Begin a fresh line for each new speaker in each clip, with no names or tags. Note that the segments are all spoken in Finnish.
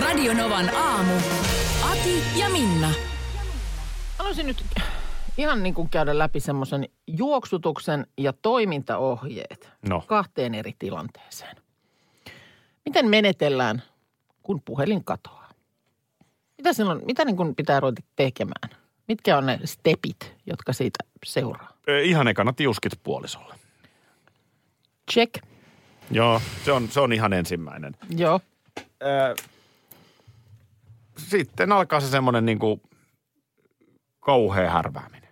Radionovan aamu. Ati ja Minna.
Haluaisin nyt ihan niin kuin käydä läpi semmoisen juoksutuksen ja toimintaohjeet
No.
kahteen eri tilanteeseen. Miten menetellään, kun puhelin katoaa? Mitä silloin, mitä niin kuin pitää ruveta tekemään? Mitkä on ne stepit, jotka siitä seuraa?
Ö, Ihan ekana tiuskit puolisolle.
Check.
Joo. Se on, se on ihan ensimmäinen.
Joo.
Ö, Sitten alkaa se semmoinen niinku kauhea härvääminen.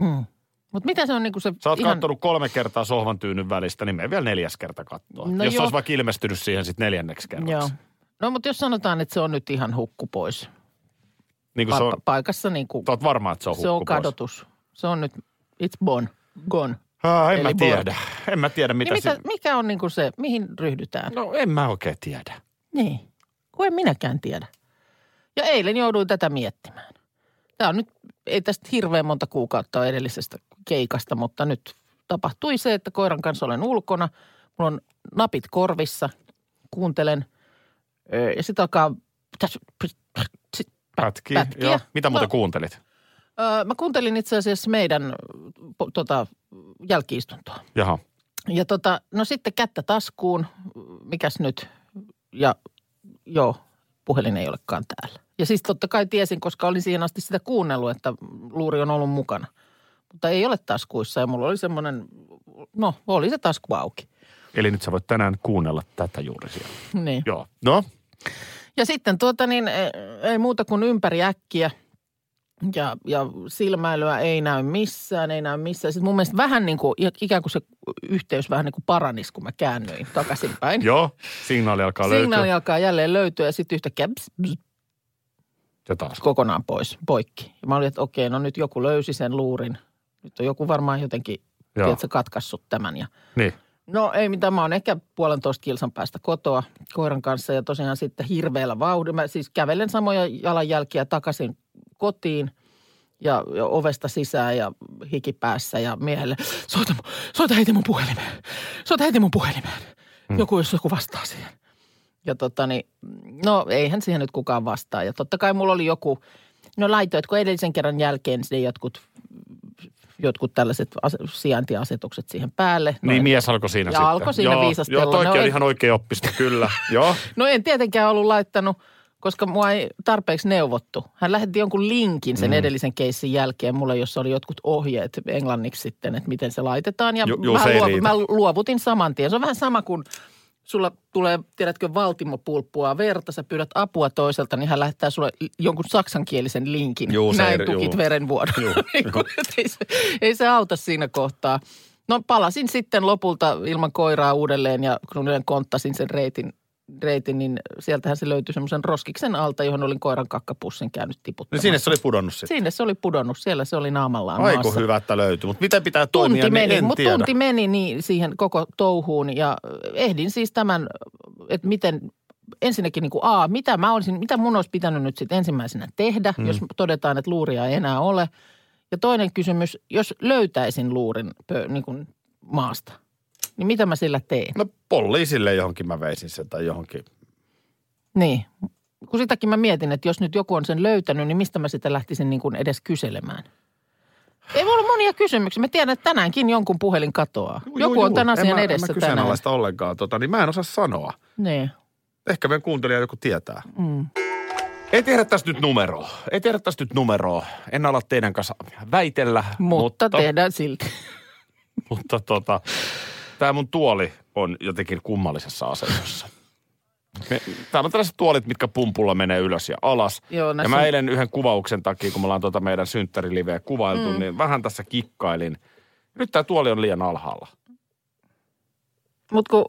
Mm. Mutta mitä se on niin kuin se
Sä oot
ihan...
ihan... kattonut kolme kertaa sohvan tyynyn välistä, niin me vielä neljäs kerta katsoa.
No
No jos
joo.
joo. olisi vaikka ilmestynyt siihen sitten neljänneksi kerraksi.
Joo.
Joo.
No mutta jos sanotaan, että se on nyt ihan hukku pois.
Niin kuin
Pa-
se on,
pa- paikassa niin kuin...
sä oot varma, että se on
Se on
hukku pois.
kadotus. Se on nyt, it's born, gone.
Ah, en
Eli
mä
board.
tiedä. En mä tiedä, mitä,
Niin mitä,
se...
mikä on niinku se, mihin ryhdytään? No.
No en mä oikein tiedä.
Niin, kun en minäkään tiedä. Ja eilen jouduin tätä miettimään. Tämä on nyt, ei tästä hirveän monta kuukautta ole edellisestä keikasta, mutta nyt tapahtui se, että koiran kanssa olen ulkona. Mulla on napit korvissa, kuuntelen öö, ja sitten alkaa pitäis- pit- sit
Pätki.
pätkiä.
Joo. Mitä muuten
No,
kuuntelit?
öö, Mä kuuntelin itse asiassa meidän po- tota, jälkiistuntoa.
Jaha.
Ja tota, no sitten kättä taskuun, mikäs nyt, ja joo, puhelin ei olekaan täällä. Ja siis totta kai tiesin, koska olin siihen asti sitä kuunnellut, että luuri on ollut mukana. Mutta ei ole taskuissa ja mulla oli semmoinen, no oli se tasku auki.
Eli nyt sä voit tänään kuunnella tätä juuri siellä.
Niin.
Joo. No,
Ja sitten tuota niin, eh, ei muuta kuin ympäri äkkiä. Ja, ja silmäilyä ei näy missään, ei näy missään. Sitten mun mielestä vähän niin kuin, ikään kuin se yhteys vähän niin kuin paranisi, kun mä käännyin takaisinpäin.
Joo, signaali alkaa
Signaali
löytyä.
alkaa jälleen löytyä ja sitten yhtäkkiä bs, bs,
Ja taas.
kokonaan pois, poikki. Ja mä olin, että okei, no nyt joku löysi sen luurin. Nyt on joku varmaan jotenkin,
Joo.
tiedätkö, katkaissut tämän. Ja...
Niin.
No ei mitään, mä oon ehkä puolentoista kilsan päästä kotoa koiran kanssa ja tosiaan sitten hirveällä vauhdilla. Mä siis kävelen samoja jalanjälkiä takaisin kotiin ja, ja ovesta sisään ja hiki päässä ja miehelle, soita, mu- soita heti mun puhelimeen, soita heti mun puhelimeen. Joku, jos joku vastaa siihen. Ja tota niin, no eihän siihen nyt kukaan vastaa. Ja totta kai mulla oli joku, no laitoitko edellisen kerran jälkeen sinne jotkut, jotkut tällaiset ase- sijaintiasetukset siihen päälle. No,
Niin
en-
mies alkoi siinä
Ja
sitten.
alkoi siinä
joo,
viisastella.
Joo, toikin
No
no, oli
ei-
ihan oikea oppista, kyllä. joo.
No en tietenkään ollut laittanut, koska mua ei tarpeeksi neuvottu. Hän lähetti jonkun linkin sen mm. edellisen keissin jälkeen mulle, jossa oli jotkut ohjeet englanniksi sitten, että miten se laitetaan. Ja
Ju- juu,
mä,
se ei
luovu-
riitä.
mä luovutin saman tien. Se on vähän sama kuin sulla tulee, tiedätkö, valtimopulppua verta, sä pyydät apua toiselta, niin hän lähettää sulle jonkun saksankielisen linkin.
Juu, se ei-
Näin tukit
juu.
verenvuodon. Niin kuin, et ei, se, ei se auta siinä kohtaa. No palasin sitten lopulta ilman koiraa uudelleen ja kun uudelleen konttasin sen reitin, reitin niin sieltähän se löytyi semmoisen roskiksen alta, johon olin koiran kakkapussin käynyt
No
tiputtamassa.
sinne se oli pudonnut sitten.
Sinne se oli pudonnut, siellä se oli naamallaan
Aiku
maassa.
hyvä, että löytyi. Mutta miten pitää
Tunti
toimia, niin
meni,
en
mutta
tiedä.
tunti meni niin siihen koko touhuun ja ehdin siis tämän, että miten ensinnäkin niin kuin, A, mitä, mä olisin, mitä mun olisi pitänyt nyt sitten ensimmäisenä tehdä, mm. jos todetaan, että luuria ei enää ole. Ja toinen kysymys, jos löytäisin luurin pö, niin kuin maasta, niin mitä mä sillä teen?
No poliisille johonkin mä veisin sen tai johonkin.
Niin. Kun sitäkin mä mietin, että jos nyt joku on sen löytänyt, niin mistä mä sitä lähtisin niin kuin edes kyselemään? Ei voi olla monia kysymyksiä. Mä tiedän, että tänäänkin jonkun puhelin katoaa. Joku on tämän asian
en mä,
edessä
en mä
tänään.
kyseenalaista ollenkaan, tota, niin mä en osaa sanoa.
Niin.
Ehkä meidän kuuntelija joku tietää.
Mm.
Ei tehdä tästä nyt numeroa. Ei tehdä tästä nyt numeroa. En ala teidän kanssa väitellä.
Mutta, tehdään silti.
Mutta tota, tämä mun tuoli on jotenkin kummallisessa asennossa. Me, täällä on tällaiset tuolit, mitkä pumpulla menee ylös ja alas.
Joo,
ja
näissä
mä
on-
eilen yhden kuvauksen takia, kun me ollaan tuota meidän synttäriliveä kuvailtu, mm. niin vähän tässä kikkailin. Nyt tämä tuoli on liian alhaalla.
Mutta kun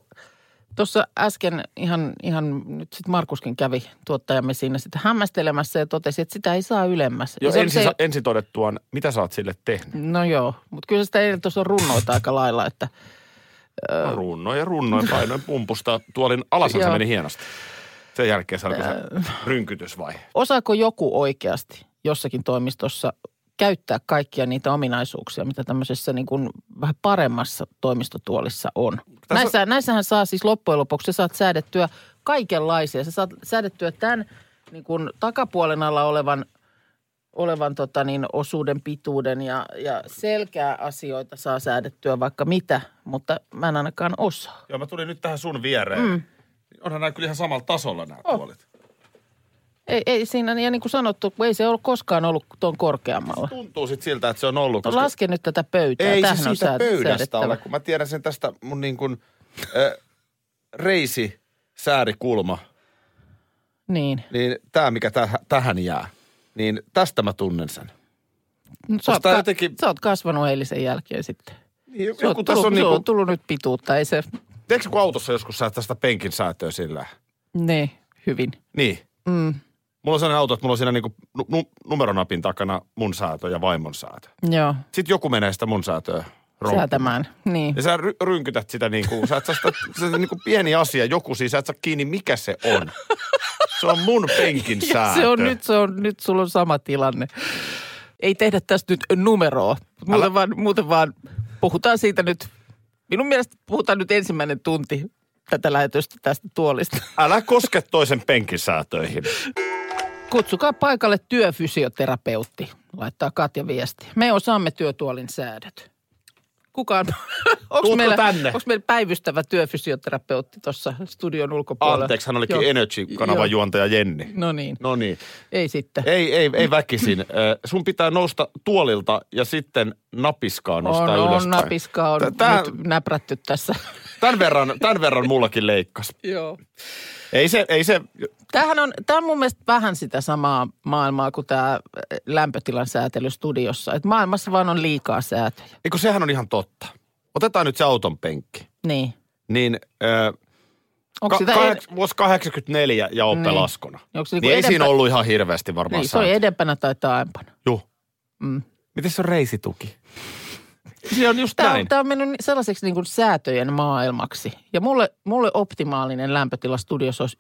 Tuossa äsken ihan, ihan nyt sitten Markuskin kävi tuottajamme siinä sitä hämmästelemässä ja totesi, että sitä ei saa ylemmäs. Ja
Jo
se oli
ensin,
se-
sa- ensin todettuaan, mitä sä oot sille tehnyt?
No joo, mutta kyllä sitä eilen tuossa on runnoita aika lailla, että
Mä Runnoin ja runnoin, painoin pumpusta. Tuolin alasen se
Joo.
meni hienosti. Sen jälkeen se alkoi se rynkytysvaihe.
osaako joku oikeasti jossakin toimistossa käyttää kaikkia niitä ominaisuuksia, mitä tämmöisessä niin kuin vähän paremmassa toimistotuolissa on.
on-
Näissä, näissähän saa siis loppujen lopuksi, sä saat säädettyä kaikenlaisia. Sä saat säädettyä tämän niin kuin takapuolen alla olevan, olevan tota niin, osuuden pituuden ja, ja selkää asioita saa säädettyä vaikka mitä, mutta mä en ainakaan osaa.
Joo, mä tulin nyt tähän sun viereen. Mm. Onhan nämä kyllä ihan samalla tasolla nämä oh. tuolit.
Ei, ei siinä, ja niin kuin sanottu, kun ei se ole koskaan ollut tuon korkeammalla.
Tuntuu sitten siltä, että se on ollut.
No laske nyt tätä pöytää.
ei se
Tähän on
siitä
sää-
pöydästä
säädettävä.
ole, kun mä tiedän sen tästä mun niin kuin, äh, reisi säärikulma,
Niin.
niin tämä mikä täh- tähän jää, niin tästä mä tunnen sen.
No, sä, oot
tää
ka-
jotenkin-
sä oot kasvanut eilisen jälkeen sitten.
Niin,
Se on, tullut, on, on tullut nyt pituutta, ei se
Tiedätkö, kun autossa joskus sä tästä penkin säätöä sillä?
ne hyvin.
Niin. Mm. Mulla on sellainen auto, että mulla on siinä niinku nu- nu- numeronapin takana mun säätö ja vaimon säätö.
Joo,
Sitten joku menee sitä mun säätöä ronkkimaan.
säätämään. Niin.
Ja sä ry- rynkytät sitä niin kuin, sä et saa sitä, se on niin kuin pieni asia, joku siis, sä et saa kiinni, mikä se on. Se on mun penkin
Ja
säätö.
se on nyt, se on, nyt sulla on sama tilanne. Ei tehdä tästä nyt numeroa. Muuten, vaan, muuten vaan puhutaan siitä nyt. Minun mielestä puhutaan nyt ensimmäinen tunti tätä lähetystä tästä tuolista.
Älä koske toisen penkin säätöihin.
Kutsukaa paikalle työfysioterapeutti, laittaa Katja viesti. Me osaamme työtuolin säädöt. Kukaan, onko
Tuutko
meillä,
tänne?
onks meillä päivystävä työfysioterapeutti tuossa studion ulkopuolella?
Anteeksi, hän olikin
Joo.
Energy-kanavan
Joo.
juontaja Jenni.
No niin,
No niin.
ei sitten.
Ei, ei, ei väkisin. Ö, Sun pitää nousta tuolilta ja sitten napiskaa
on,
nostaa
on,
ylöspäin.
napiskaa on
Tää-
nyt näprätty tässä.
Tämän verran, tämän verran mullakin leikkas.
Joo.
Ei se, ei se,
Tämähän on, tämä on mun mielestä vähän sitä samaa maailmaa kuin tämä lämpötilan säätely studiossa. Et maailmassa vaan on liikaa säätöjä.
eikö sehän on ihan totta. Otetaan nyt se auton penkki.
Niin.
Niin, ö,
Onko
Ka-
sitä...
sitä... Vuosi 84 ja Opel
Niin.
niin. Askona.
Onko se
Niin
niinku
ei siinä
edempä-
ollut ihan hirveästi varmaan
Niin, se on
säätöä.
edempänä tai taaempana.
Juh.
Mm.
Miten se on reisituki? se on just
Tämä on,
näin.
tämä on mennyt ni- sellaiseksi niin kuin säätöjen maailmaksi. Ja mulle, mulle optimaalinen lämpötila studiossa olisi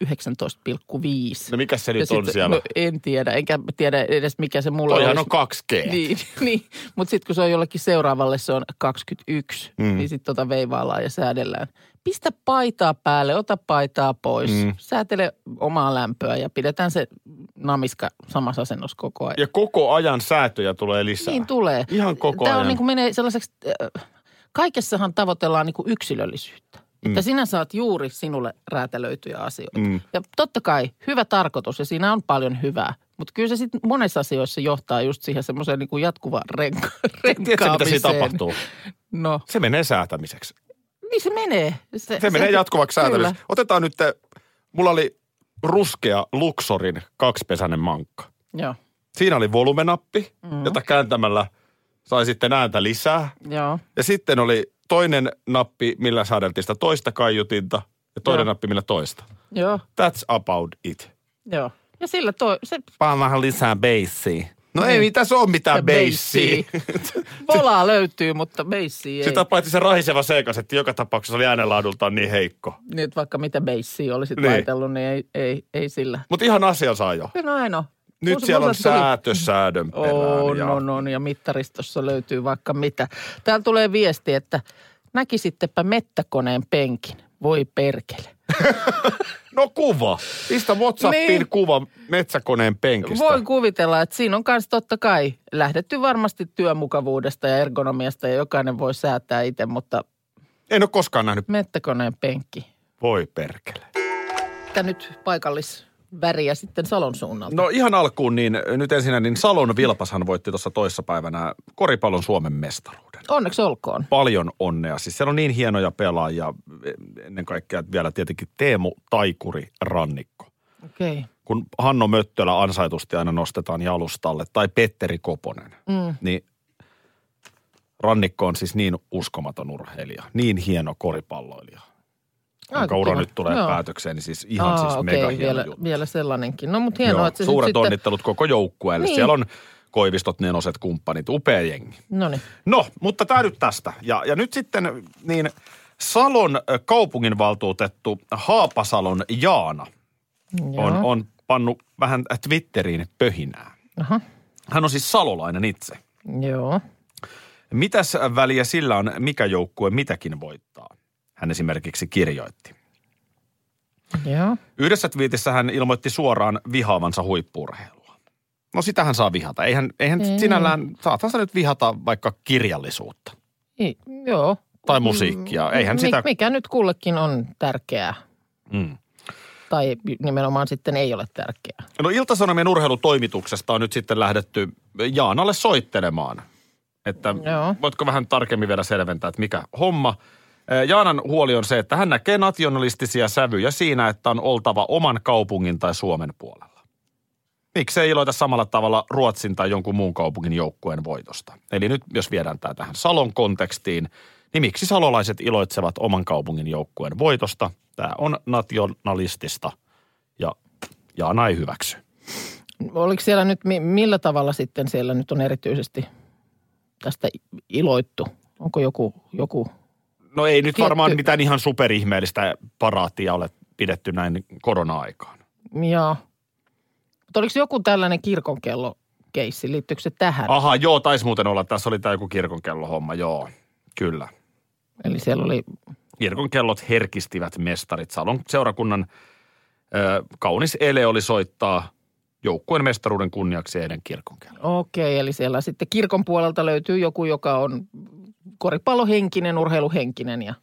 19,5.
No mikä se
Ja
nyt
sit
on
se-
siellä?
No, en tiedä, enkä tiedä edes mikä se mulle
Toihan on
olisi.
2G. Niin.
Niin, niin. mutta sitten kun se on jollekin seuraavalle, se on 21, mm. niin sitten tota veivaillaan ja säädellään. Pistä paitaa päälle, ota paitaa pois, mm. säätele omaa lämpöä ja pidetään se namiska samassa asennossa koko ajan.
Ja koko ajan säätöjä tulee lisää.
Niin tulee.
Ihan koko
Tämä
ajan.
on niin kuin menee sellaiseksi, äh, kaikessahan tavoitellaan niin kuin yksilöllisyyttä. Mm. Että sinä saat juuri sinulle räätälöityjä asioita. Mm. Ja totta kai hyvä tarkoitus ja siinä on paljon hyvää. Mutta kyllä se sitten monessa asioissa johtaa just siihen semmoiseen niin kuin jatkuvaan renka-
Tiedätkö, mitä
renkaamiseen.
siinä tapahtuu?
No,
Se menee säätämiseksi.
niin se menee. Se,
Se menee jatkuvaksi säätämiseksi.
Kyllä.
Otetaan nyt, äh, mulla oli ruskea Luxorin kaksipesäinen mankka.
Joo,
Siinä oli volumenappi, mm. jota kääntämällä sai sitten ääntä lisää.
joo.
Ja sitten oli toinen nappi, millä säädeltiin sitä toista kaiutinta ja toinen
Joo.
nappi, millä toista.
Joo,
That's about it.
joo. Ja sillä toi, se
Paan vähän lisää beissiä. No ei mitä se on mitään beissiä.
volaa löytyy, mutta beissiä ei.
Sitä paitsi se rahiseva seikasetti joka tapauksessa oli äänenlaadultaan niin heikko.
Niin, että vaikka mitä beissiä olisit
Niin.
niin. laitellut, niin ei, ei, ei sillä. no
Mutta ihan asia saa jo.
Kyllä näin on.
Nyt
Mulla-
siellä on
mulla tuli-
säätö säädön perään.
On,
ja...
on, on ja mittaristossa löytyy vaikka mitä. Täällä tulee viesti, että näkisittepä mettäkoneen penkin. Voi perkele.
No kuva. Pistä Whatsappiin
Niin.
kuva metsäkoneen penkistä.
Voi kuvitella, että siinä on myös totta kai lähdetty varmasti työmukavuudesta ja ergonomiasta ja jokainen voi säätää itse, mutta
En ole koskaan nähnyt.
mettäkoneen penkki.
Voi perkele.
Tämä nyt paikallisväriä sitten Salon suunnalta.
No ihan alkuun, niin nyt ensinnä, niin Salon Vilpashan voitti tuossa toissapäivänä koripallon Suomen mestaruuden.
Onneksi olkoon.
Paljon onnea. Siis siellä on niin hienoja pelaajia, ennen kaikkea vielä tietenkin Teemu Taikuri Rannikko.
Okei. Okay.
Kun Hanno Möttölä ansaitusti aina nostetaan jalustalle, tai Petteri Koponen, mm. niin Rannikko on siis niin uskomaton urheilija, niin hieno koripalloilija. jonka
Aika
ura
kiva.
nyt tulee
Joo.
päätökseen, niin siis ihan siis
okei,
mega hieno
vielä,
juttu.
vielä sellainenkin. No mutta hienoa,
Joo,
että se
suuret
nyt sitten...
onnittelut koko joukkueelle.
Niin.
Siellä on Koivistot, Nenoset, kumppanit, upea jengi.
No niin,
No, mutta tämä nyt tästä. Ja, ja nyt sitten niin Salon ö, kaupunginvaltuutettu Haapasalon Jaana on,
Joo.
on pannut vähän Twitteriin pöhinää.
Aha.
Hän on siis salolainen itse.
joo.
Mitäs väliä sillä on, mikä joukkue mitäkin voittaa? Hän esimerkiksi kirjoitti.
Joo.
Yhdessä twiitissä hän ilmoitti suoraan vihaavansa huippurheilua. No sitähän saa vihata. Eihän, eihän
Ei.
Ei. sinällään, saathan sä nyt vihata vaikka kirjallisuutta
I, joo. Mm,
tai musiikkia. Eihän
Mi-
sitä...
Mikä nyt kullekin on tärkeää,
Mm.
tai nimenomaan sitten ei ole tärkeää.
No Ilta-Sanomien urheilutoimituksesta on nyt sitten lähdetty Jaanalle soittelemaan. Että
Joo.
Joo. voitko vähän tarkemmin vielä selventää, että mikä homma. Eh, Jaanan huoli on se, että hän näkee nationalistisia sävyjä siinä, että on oltava oman kaupungin tai Suomen puolella. Miksei iloita samalla tavalla Ruotsin tai jonkun muun kaupungin joukkueen voitosta? Eli nyt jos viedään tämä tähän Salon kontekstiin, niin miksi salolaiset iloitsevat oman kaupungin joukkueen voitosta? Tämä on nationalistista ja Jaana ei hyväksy.
Oliko siellä nyt, mi- millä tavalla sitten siellä nyt on erityisesti tästä iloittu? Onko joku, joku
No ei nyt
Tietty-
varmaan mitään ihan superihmeellistä paraatia ole pidetty näin korona-aikaan.
Joo. Mutta oliko joku tällainen kirkonkello-keissi? Liittyykö se tähän? Ah.
Aha, joo, taisi muuten olla. Tässä oli tämä joku kirkonkellohomma, joo. Kyllä.
Eli siellä oli,
Kirkonkellot herkistivät mestarit. Salon seurakunnan ö, kaunis ele oli soittaa joukkueen mestaruuden kunniaksi heidän kirkonkello.
okei, okay, eli siellä sitten kirkon puolelta löytyy joku, joka on koripallohenkinen, urheiluhenkinen ja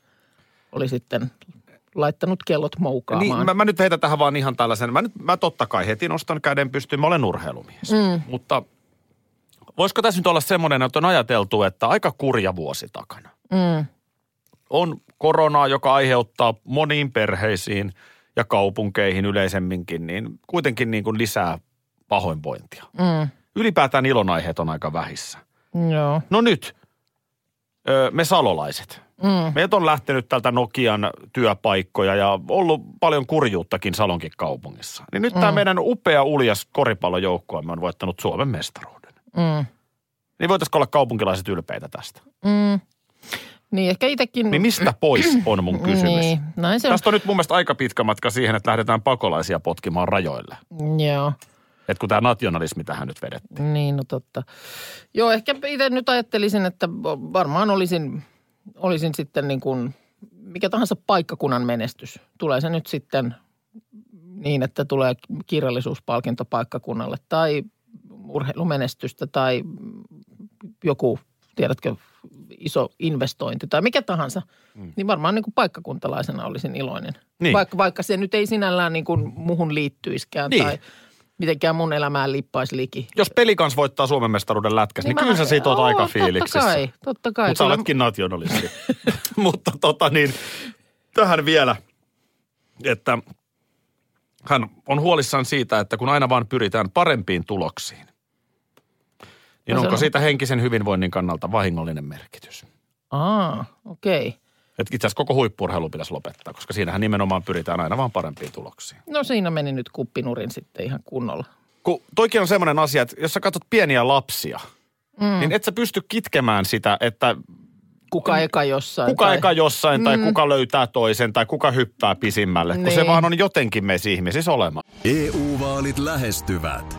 oli sitten laittanut kellot moukaamaan.
Niin, mä, mä nyt heitän tähän vaan ihan tällaisen. Mä, nyt, mä totta kai heti nostan käden pystyyn. Mä olen urheilumies. Mm. Mutta voisiko tässä nyt olla semmoinen, että on ajateltu, että aika kurja vuosi takana.
mm,
on koronaa, joka aiheuttaa moniin perheisiin ja kaupunkeihin yleisemminkin, niin kuitenkin niin kuin lisää pahoinvointia.
mm,
Ylipäätään ilonaiheet on aika vähissä.
joo,
No nyt, ö, me salolaiset.
mm,
Meiltä on lähtenyt tältä Nokian työpaikkoja ja ollut paljon kurjuuttakin Salonkin kaupungissa. Niin nyt tämä
Mm.
meidän upea uljas koripallojoukkoamme on voittanut Suomen mestaruuden.
mm,
Niin voitaisiko olla kaupunkilaiset ylpeitä tästä?
mm. Niin, ehkä itsekin...
Niin mistä pois on mun kysymys?
Niin, näin se on.
Tästä on nyt mun mielestä aika pitkä matka siihen, että lähdetään pakolaisia potkimaan rajoille.
Joo.
Et kun tämä nationalismi tähän nyt vedettiin.
Niin, no totta. Joo, ehkä itse nyt ajattelisin, että varmaan olisin, olisin sitten niin kuin mikä tahansa paikkakunnan menestys. Tulee se nyt sitten niin, että tulee kirjallisuuspalkinto paikkakunnalle tai urheilumenestystä tai joku, tiedätkö, iso investointi tai mikä tahansa. Mm. Niin varmaan niin kuin paikkakuntalaisena olisin iloinen.
Niin.
Vaikka, vaikka se nyt ei sinällään niin kuin muhun liittyisikään
Niin.
tai mitenkään mun elämään lippaisi liki.
Jos pelikans voittaa Suomen mestaruuden lätkässä, niin, niin kyllä
mä-
sä siitä oot
Oo,
aika fiiliksissä.
Totta kai, totta kai.
Mutta sä
Kyllä-
oletkin nationalisti. Mutta tota niin, tähän vielä, että hän on huolissaan siitä, että kun aina vaan pyritään parempiin tuloksiin, niin
No se
onko
on-
siitä henkisen hyvinvoinnin kannalta vahingollinen merkitys?
Aa, okei. Okay.
Et itse asiassa koko huippurheilu pitäisi lopettaa, koska siinähän nimenomaan pyritään aina vaan parempiin tuloksiin.
No siinä meni nyt kuppinurin sitten ihan kunnolla.
Kun toikin on semmoinen asia, että jos sä katsot pieniä lapsia, mm. niin et sä pysty kitkemään sitä, että
Kuka eka jossain.
Mm. kuka
tai...
eka jossain mm. tai kuka löytää toisen tai kuka hyppää pisimmälle, kun se
Niin.
vaan on jotenkin meissä ihmisissä olema.
EU-vaalit E lähestyvät.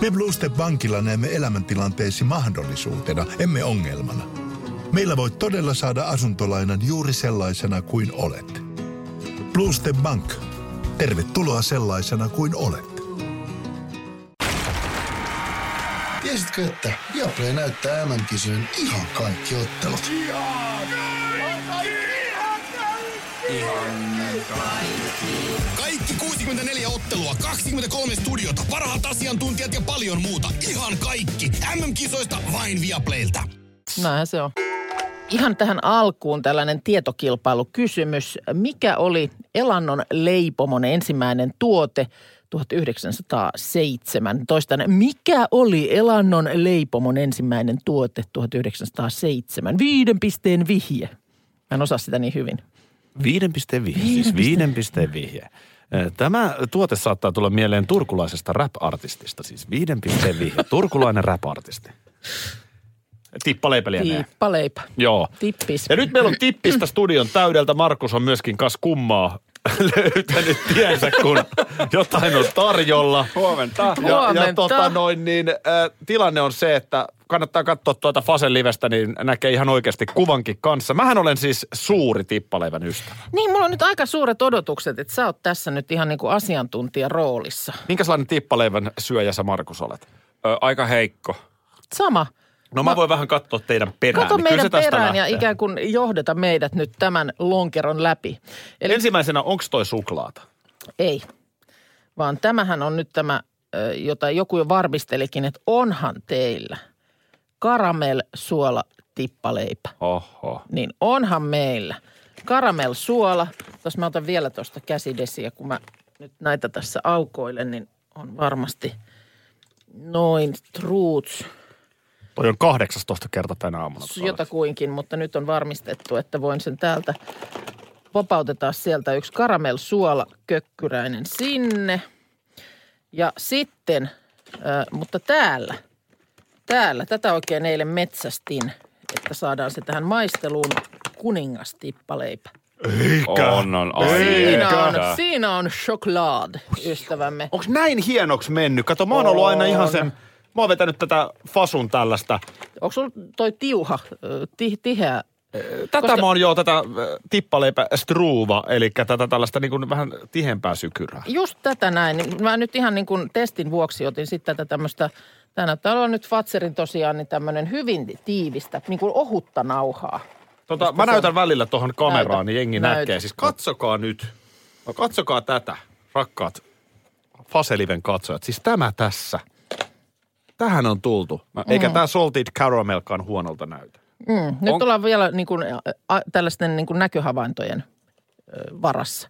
Me Bluestep Bankilla näemme elämäntilanteesi mahdollisuutena, emme ongelmana. Meillä voit todella saada asuntolainan juuri sellaisena kuin olet. Bluestep Bank. Tervetuloa sellaisena kuin olet.
Tiesitkö, että Viaplay näyttää MM-kisojen ihan kaikki ottelut? Ihan, ihan, ihan
Kaikki 64 ottelua, 23 studiota, parhaat asiantuntijat ja paljon muuta. Ihan kaikki. MM-kisoista vain Viaplaylta.
Näinhän se on. Ihan tähän alkuun tällainen tietokilpailukysymys. Mikä oli Elannon leipomon ensimmäinen tuote 1907? Toistan, mikä oli Elannon leipomon ensimmäinen tuote 1907? Viiden pisteen vihje. Mä en osaa sitä niin hyvin.
Viiden pisteen vihje, siis viiden pisteen vihje. Ö, Tämä tuote saattaa tulla mieleen turkulaisesta rap-artistista, siis viiden pisteen vihje. Turkulainen rap-artisti. Tippaleipä lienee.
Tiippaleipä.
Joo.
Tippis.
Ja nyt meillä on tippistä studion täydeltä. Markus on myöskin kas kummaa löytänyt tiensä, kun jotain on tarjolla.
Huomenta.
Ja, ja
Huomenta.
tota noin, niin, äh, tilanne on se, että kannattaa katsoa tuota Fasen livestä, niin näkee ihan oikeasti kuvankin kanssa. Mähän olen siis suuri tippaleivän ystävä.
Niin, mulla on nyt aika suuret odotukset, että sä oot tässä nyt ihan niin kuin asiantuntija roolissa.
Minkälainen tippaleivän syöjä sä Markus olet?
Ö, aika heikko.
Sama.
No mä, voin vähän katsoa teidän perään.
Kato
niin kyllä
meidän
se tästä
perään ja
lähtee.
ikään kuin johdeta meidät nyt tämän lonkeron läpi. Eli
Ensimmäisenä, onko toi suklaata?
Ei, vaan tämähän on nyt tämä, ö, jota joku jo varmistelikin, että onhan teillä karamel suola tippaleipä.
Oho.
Niin onhan meillä karamel suola. Tuossa mä otan vielä tuosta käsidesiä, kun mä nyt näitä tässä aukoilen, niin on varmasti noin truuts
Toi on 18 kerta tänä aamuna. kun sä olet.
jotakuinkin, mutta nyt on varmistettu, että voin sen täältä. Vapautetaan sieltä yksi karamel suola kökkyräinen sinne. Ja sitten, äh, mutta täällä, täällä, tätä oikein eilen metsästin, että saadaan se tähän maisteluun kuningastippaleipä.
On, on. Ai,
Siinä
että.
on, siinä on choklad, ystävämme.
Onko näin hienoksi mennyt? Kato, mä oon ollut aina ihan sen, mä oon vetänyt tätä fasun tällaista.
Onko sulla toi tiuha, ö, ti, tiheä?
Tätä mä oon jo, tätä äh, tippaleipä struuva, eli tätä tällaista niin kuin vähän tihempää sykyrää.
Just tätä näin. Niin Mä nyt ihan niin kuin testin vuoksi otin sitten tätä tämmöistä, tämä näyttää olevan nyt Fatserin tosiaan niin tämmöinen hyvin tiivistä, niin kuin ohutta nauhaa.
Tota, mä näytän välillä tuohon kameraan,
Näytä.
niin jengi
Näytä.
näkee. Siis katsokaa nyt, no katsokaa tätä, rakkaat Faseliven katsojat. Siis tämä tässä. Tähän on tultu. Mä- Eikä tämä Salted Caramelkaan huonolta näytä.
Mm. Nyt ollaan vielä niin kuin, ä, ä, tällaisten niin kuin näköhavaintojen ö, varassa.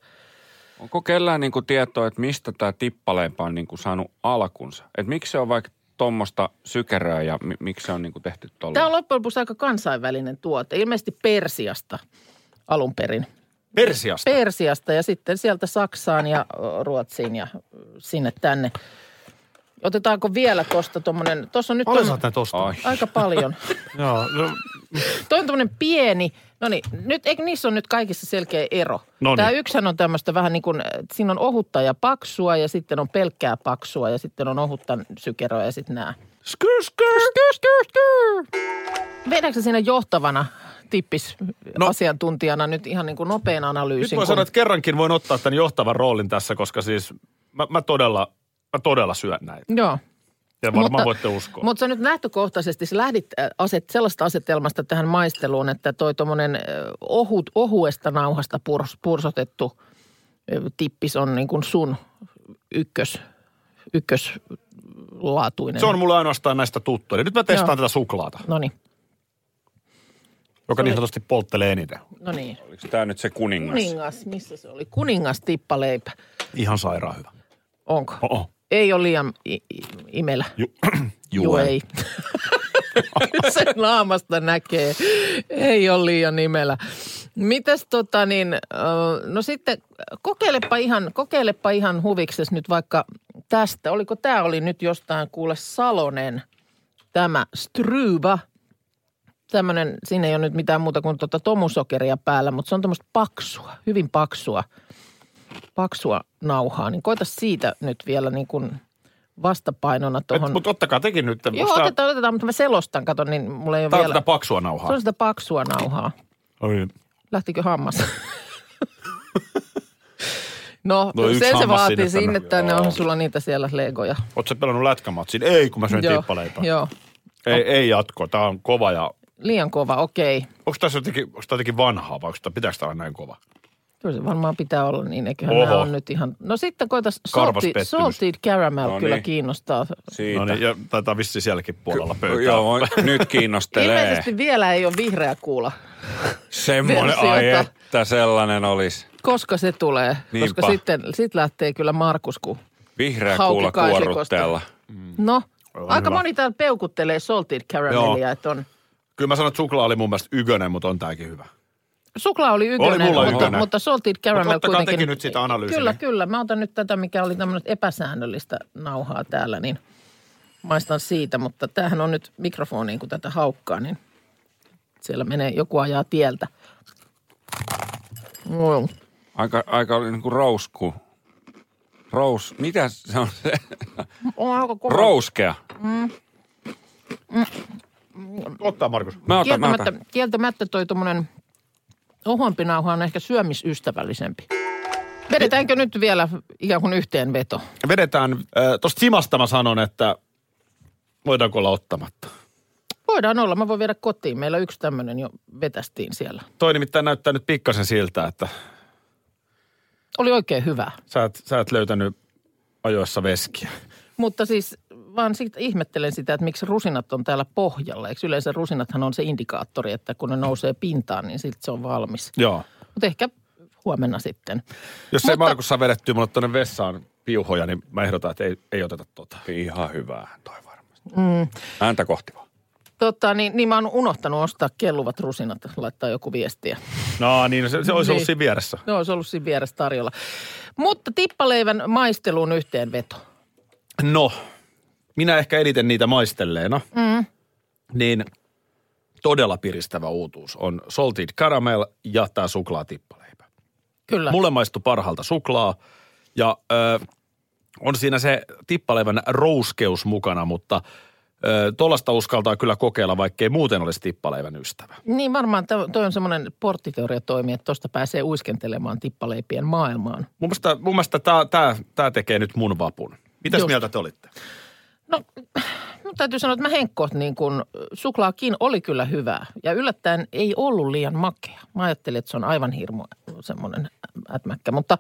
Onko kellään niinku tietoa, että mistä tämä tippaleipä on niinku saanut alkunsa? Et miksi se on vaikka tuommoista sykeröä ja mi- miksi se on niinku tehty
Tämä on
tuolla?
loppujen lopuksi aika kansainvälinen tuote, ilmeisesti Persiasta alun perin.
Persiasta.
Persiasta ja sitten sieltä Saksaan ja ö, Ruotsiin ja ö, sinne tänne. Otetaanko vielä tuosta tuommoinen, tuossa on nyt
Paljon
tommo-
sä oot näitä ostanut?
Ai.
aika paljon.
Joo, no,
Toi on tämmöinen pieni, no niin, nyt, eikö niissä on nyt kaikissa selkeä ero?
Noniin.
Tämä yksihän on tämmöistä vähän niin kuin, äh, siinä on ohutta ja paksua ja sitten on pelkkää paksua ja sitten on ohutta sykeroa ja sitten nämä.
skyr, skyr.
Vedätkö sä siinä johtavana tippis no. asiantuntijana nyt ihan niin kuin nopean
Nyt
analyysin?
voin sanoa, että kerrankin voin ottaa tämän johtavan roolin tässä, koska siis mä, mä, todella, mä todella syön näitä.
Joo.
Ja varmaan
Mutta-
voitte uskoa.
Mutta sä nyt lähtökohtaisesti sä lähdit äh, aset, sellaista asetelmasta tähän maisteluun, että toi tuommoinen ohut, ohuesta nauhasta purs, pursotettu äh, tippis on niin kuin sun ykkös, ykköslaatuinen.
se on mulle ainoastaan näistä tuttu. Eli nyt mä testaan
Joo.
tätä suklaata,
No niin,
joka niin sanotusti polttelee eniten.
no niin.
Oliko tämä nyt se kuningas?
Kuningas, missä se oli? Kuningas tippaleipä.
Ihan sairaan hyvä.
Onko?
Oh,
Ei ole liian i- i- imelä.
Ju,
Juu ei. Sen naamasta näkee. Ei ole liian nimellä. Mitäs tota niin, ö, no sitten kokeilepa ihan, kokeilepa ihan huvikses nyt vaikka tästä. Oliko tämä oli nyt jostain kuule Salonen, tämä Stryva. Tämmönen, siinä ei ole nyt mitään muuta kuin tuota tomusokeria päällä, mutta se on tämmöistä paksua, hyvin paksua, paksua nauhaa. Niin koita siitä nyt vielä niin kuin vastapainona tuohon.
Mutta ottakaa tekin nyt.
Joo,
Onks tää-
otetaan, otetaan, mutta mä selostan, kato, niin mulla ei ole
Tää on
vielä.
tätä paksua
Se
nauhaa.
on sitä paksua nauhaa.
Oi.
Lähtikö hammas? no,
No, yksi
sen se
hammas
vaatii
sinne tänne.
sinne tänne.
Joo.
Onhan sulla niitä siellä legoja.
Oot sä pelannut lätkämatsin? Ei, kun mä söin tippaleipää.
joo.
Ei, ei jatko. Tää on kova ja...
Liian kova, okei.
Onko tässä jotenkin, onks tää jotenkin vanhaa vai onks tää, pitääkö tää olla näin kova?
Kyllä se varmaan pitää olla niin, eiköhän
Oho.
nämä on nyt ihan... No sitten koita
Karvas
salted,
pettymys.
salted caramel
No
kyllä
niin.
kiinnostaa.
Siitä.
No niin, ja taitaa vissi sielläkin puolella pöytää.
Joo, nyt kiinnostelee.
Ilmeisesti vielä ei ole vihreä kuula.
Semmoinen, ai
versiota.
että sellainen olisi.
Koska se tulee?
Niinpä.
Koska sitten sit lähtee kyllä Markus, kun...
Vihreä
Hauki
kuulla
kaisikosta.
kuorrutteella.
No,
Aivan
aika
Mm. hyvä.
moni täällä peukuttelee salted caramelia,
Joo.
että on...
Kyllä mä sanon, että suklaa oli mun mielestä ykönen, mutta on tääkin hyvä.
Suklaa oli ykkönen,
mulla
mutta,
ykkönen.
mutta salted caramel
Mutta ottakaa
kuitenkin...
tekin nyt siitä analyysiä.
Kyllä, kyllä. Mä otan nyt tätä, mikä oli tämmöistä epäsäännöllistä nauhaa täällä, niin maistan siitä. Mutta tämähän on nyt mikrofoniin, kun tätä haukkaa, niin siellä menee, joku ajaa tieltä. Mm.
Aika, aika oli niin kuin rousku. Rous, mitä se on se?
On aika kova.
Rouskea.
Ottaa Markus.
Mä otan, mä
kieltämättä,
otan.
kieltämättä toi tuommoinen ohompi nauha on ehkä syömisystävällisempi. Vedetäänkö nyt vielä ikään kuin yhteenveto?
Vedetään, äh, tosta simasta mä sanon, että voidaanko olla ottamatta.
Voidaan olla. Mä voin viedä kotiin. Meillä yksi tämmöinen jo vetästiin siellä.
Toi nimittäin näyttää nyt pikkasen siltä, että
Oli oikein hyvä.
sä et, sä et löytänyt ajoissa veskiä.
Mutta siis vaan sit ihmettelen sitä, että miksi rusinat on täällä pohjalla. Eikö yleensä rusinathan on se indikaattori, että kun ne nousee pintaan, niin silti se on valmis.
Joo.
Mutta ehkä huomenna sitten.
Jos Mutta...
Mutta-
ei Markus saa vedettyä mulle tuonne vessaan piuhoja, niin mä ehdotan, että ei, ei oteta tota.
Ihan hyvää toi varmasti. Ääntä kohti vaan.
Totta, niin, niin mä oon unohtanut ostaa kelluvat rusinat, laittaa joku viestiä.
No niin, se, se olisi
Niin.
ollut siinä vieressä.
Ne olisi ollut siinä vieressä tarjolla. Mutta tippaleivän maisteluun yhteenveto.
No, minä ehkä eniten niitä maistelleena, mm. niin todella piristävä uutuus on salted caramel ja tämä suklaatippaleipä.
Kyllä.
Mulle maistui parhaalta suklaa ja ö, on siinä se tippaleivän rouskeus mukana, mutta ö, tuollaista uskaltaa kyllä kokeilla, vaikkei muuten olisi tippaleivän ystävä.
Niin varmaan tämä- toi on semmoinen porttiteoria toimi, että tuosta pääsee uiskentelemaan tippaleipien maailmaan.
Mun mielestä, mun mielestä tämä, tämä, tämä tekee nyt mun vapun. Mitäs
Just.
Just. mieltä te olitte?
No, mun täytyy sanoa, että mä Henkko, niin kun suklaakin oli kyllä hyvää. Ja yllättäen ei ollut liian makea. Mä ajattelin, että se on aivan hirmu semmoinen ätmäkkä. Mutta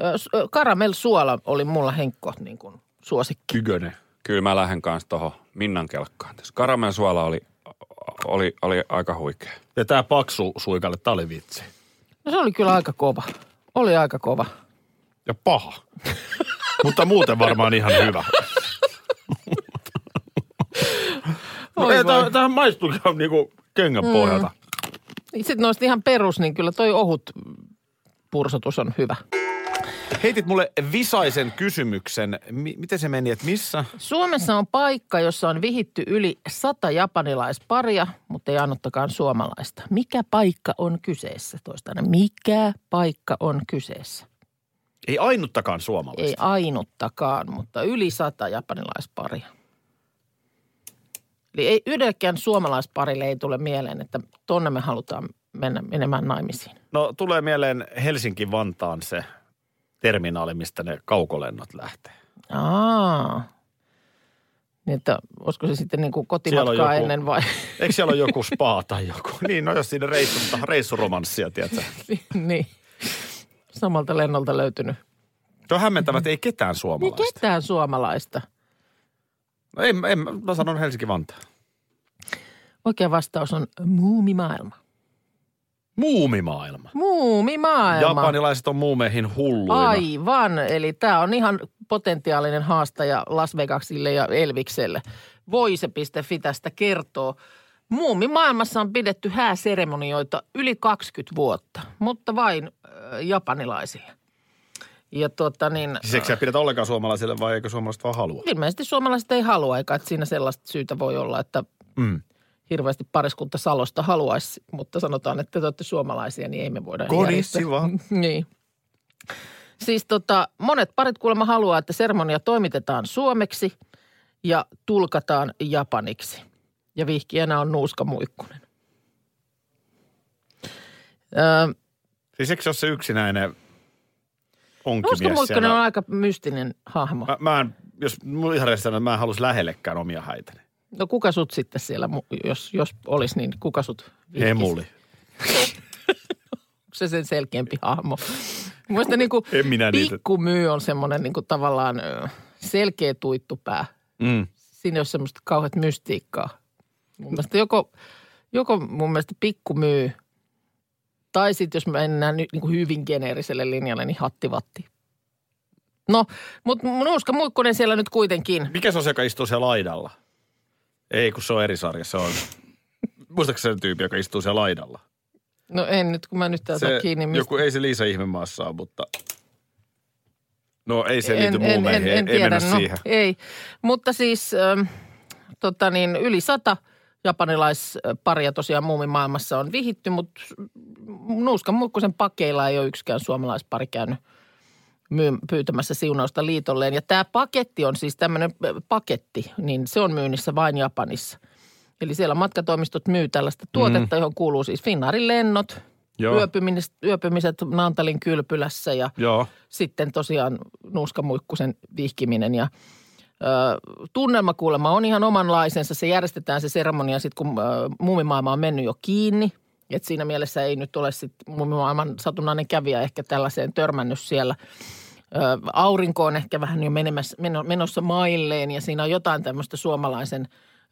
ö, s- ö, karamel-suola oli mulla Henkko niin kun suosikki.
Kykönen.
Kyllä mä lähden kanssa tohon Minnan kelkkaan. Tässä karamen suola oli, oli, oli aika huikea.
Ja tämä paksu suikalle, tämä oli vitsi.
No se oli kyllä aika kova. Oli aika kova.
Ja paha. Mutta muuten varmaan ihan hyvä. no,
Oi voi.
ei,
Mm.
tää, tämähän maistuu ihan niinku kengän pohjalta.
Sitten noista ihan perus, niin kyllä toi ohut pursotus on hyvä.
Heitit mulle visaisen kysymyksen. M- miten se meni, että missä?
Suomessa on paikka, jossa on vihitty yli sata japanilaisparia, mutta ei annuttakaan suomalaista. Mikä paikka on kyseessä? Toistaan, mikä paikka on kyseessä?
Ei ainuttakaan
Ei
suomalaista.
ainuttakaan, mutta yli sata japanilaisparia. Eli ei yhdelläkään suomalaisparille ei tule mieleen, että tonne me halutaan mennä menemään naimisiin.
No tulee mieleen Helsinki-Vantaan se terminaali, mistä ne kaukolennot lähtee.
Aa. Niin, että olisiko se sitten niin kuin
Siellä
kotimatkaa
on joku-
ennen vai?
Eikö siellä ole joku spa tai joku? Niin, no jos siinä reissusta, reissuromanssia, tiedätkö?
niin. Samalta lennolta löytynyt.
Tuo hämmentävä, että ei ketään
Niin
suomalaista.
ketään suomalaista.
No en, en, mä sanon Helsinki-Vantaa.
Oikea vastaus on muumimaailma.
Muumimaailma.
Muumimaailma.
Japanilaiset on muumeihin hulluina.
Aivan, eli tämä on ihan potentiaalinen haastaja Las Vegasille ja Elvikselle. Voise.fi tästä kertoo. Muumimaailmassa on pidetty hääseremonioita yli 20 vuotta, mutta vain äh, japanilaisille. Ja tuota niin,
Siis eikö sä pidetä ollenkaan suomalaisille vai eikö suomalaiset vaan halua?
ilmeisesti suomalaiset ei halua, eikä että siinä sellaista syytä voi olla, että
Mm.
hirveästi pariskunta Salosta haluaisi, mutta sanotaan, että te olette suomalaisia, niin ei me voida
Kodissa
järjestää.
vaan.
niin. Siis tota, monet parit kuulemma haluaa, että sermonia toimitetaan suomeksi ja tulkataan japaniksi. Ja vihkiänä on Nuuska Muikkunen. Öö,
Siis eikö se ole se yksinäinen onkimies
Nuuska
siellä?
Muikkunen on aika mystinen hahmo.
Mä, mä en, jos mun ihan rehellisesti sanoen, mä en halus lähellekään omia häitäni.
No kuka sut sitten siellä, mu- jos, jos olisi, niin kuka sut vihkisi?
Hemuli.
se sen selkeämpi hahmo. Mielestäni niin kuin
En minä niitä-
pikkumyy on semmoinen niin kuin tavallaan ö, selkeä tuittupää.
Mm.
Siinä ei ole semmoista kauheat mystiikkaa. Mun mielestä joko, joko mun mielestä pikkumyy tai sitten jos mennään nyt niin kuin hyvin geneeriselle linjalle, niin hattivatti. No, mutta Nuuska Muikkonen siellä nyt kuitenkin.
Mikä se on se, joka istuu siellä laidalla? Ei, kun se on eri sarja. Se on... Muistaakseni sen tyyppi, joka istuu siellä laidalla?
No en nyt, kun mä nyt täältä
se,
kiinni. mistä-
joku, ei se Liisa ihme maassa ole, mutta... No ei se liity
en,
muun
en, en,
meihin,
en
ei
tiedä,
mennä
no,
siihen.
ei. Mutta siis ähm, tota niin, yli sata japanilaisparia tosiaan muumimaailmassa on vihitty, mutta Nuuskan Mukkosen pakeilla ei ole yksikään suomalaispari käynyt myy- pyytämässä siunausta liitolleen. Ja tämä paketti on siis tämmöinen paketti, niin se on myynnissä vain Japanissa. Eli siellä matkatoimistot myy tällaista tuotetta, johon kuuluu siis Finnaarin lennot,
Mm. Joo.
yöpymiset, yöpymiset Naantalin kylpylässä ja
Joo.
sitten tosiaan nuuskamuikkusen vihkiminen ja ö, tunnelma kuulemma on ihan omanlaisensa. Se järjestetään se seremonia sitten, kun ö, muumimaailma on mennyt jo kiinni. Et siinä mielessä ei nyt ole sitten muumimaailman satunnainen kävijä ehkä tällaiseen törmännyt siellä. Ö, aurinko on ehkä vähän jo menemässä, meno- menossa mailleen ja siinä on jotain tämmöistä suomalaisen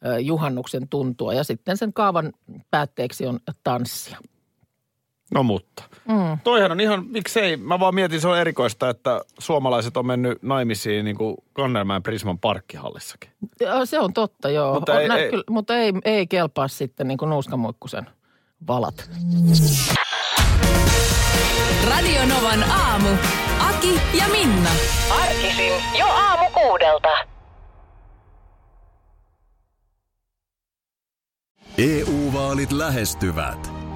ö, juhannuksen tuntua. Ja sitten sen kaavan päätteeksi on tanssia.
No mutta. Mm. Toihan on ihan, miksei, mä vaan mietin, se on erikoista, että suomalaiset on mennyt naimisiin niin kuin Kannelmäen Prisman parkkihallissakin.
Joo, Se on totta, joo.
Mutta
Mutta, on, ei,
ei-
nä,
ei-
ei, kyllä, mutta ei, ei kelpaa sitten niin kuin nuuskamuikkusen valat.
Radio Novan aamu. Aki ja Minna.
Arkisin jo aamu kuudelta.
EU-vaalit E lähestyvät.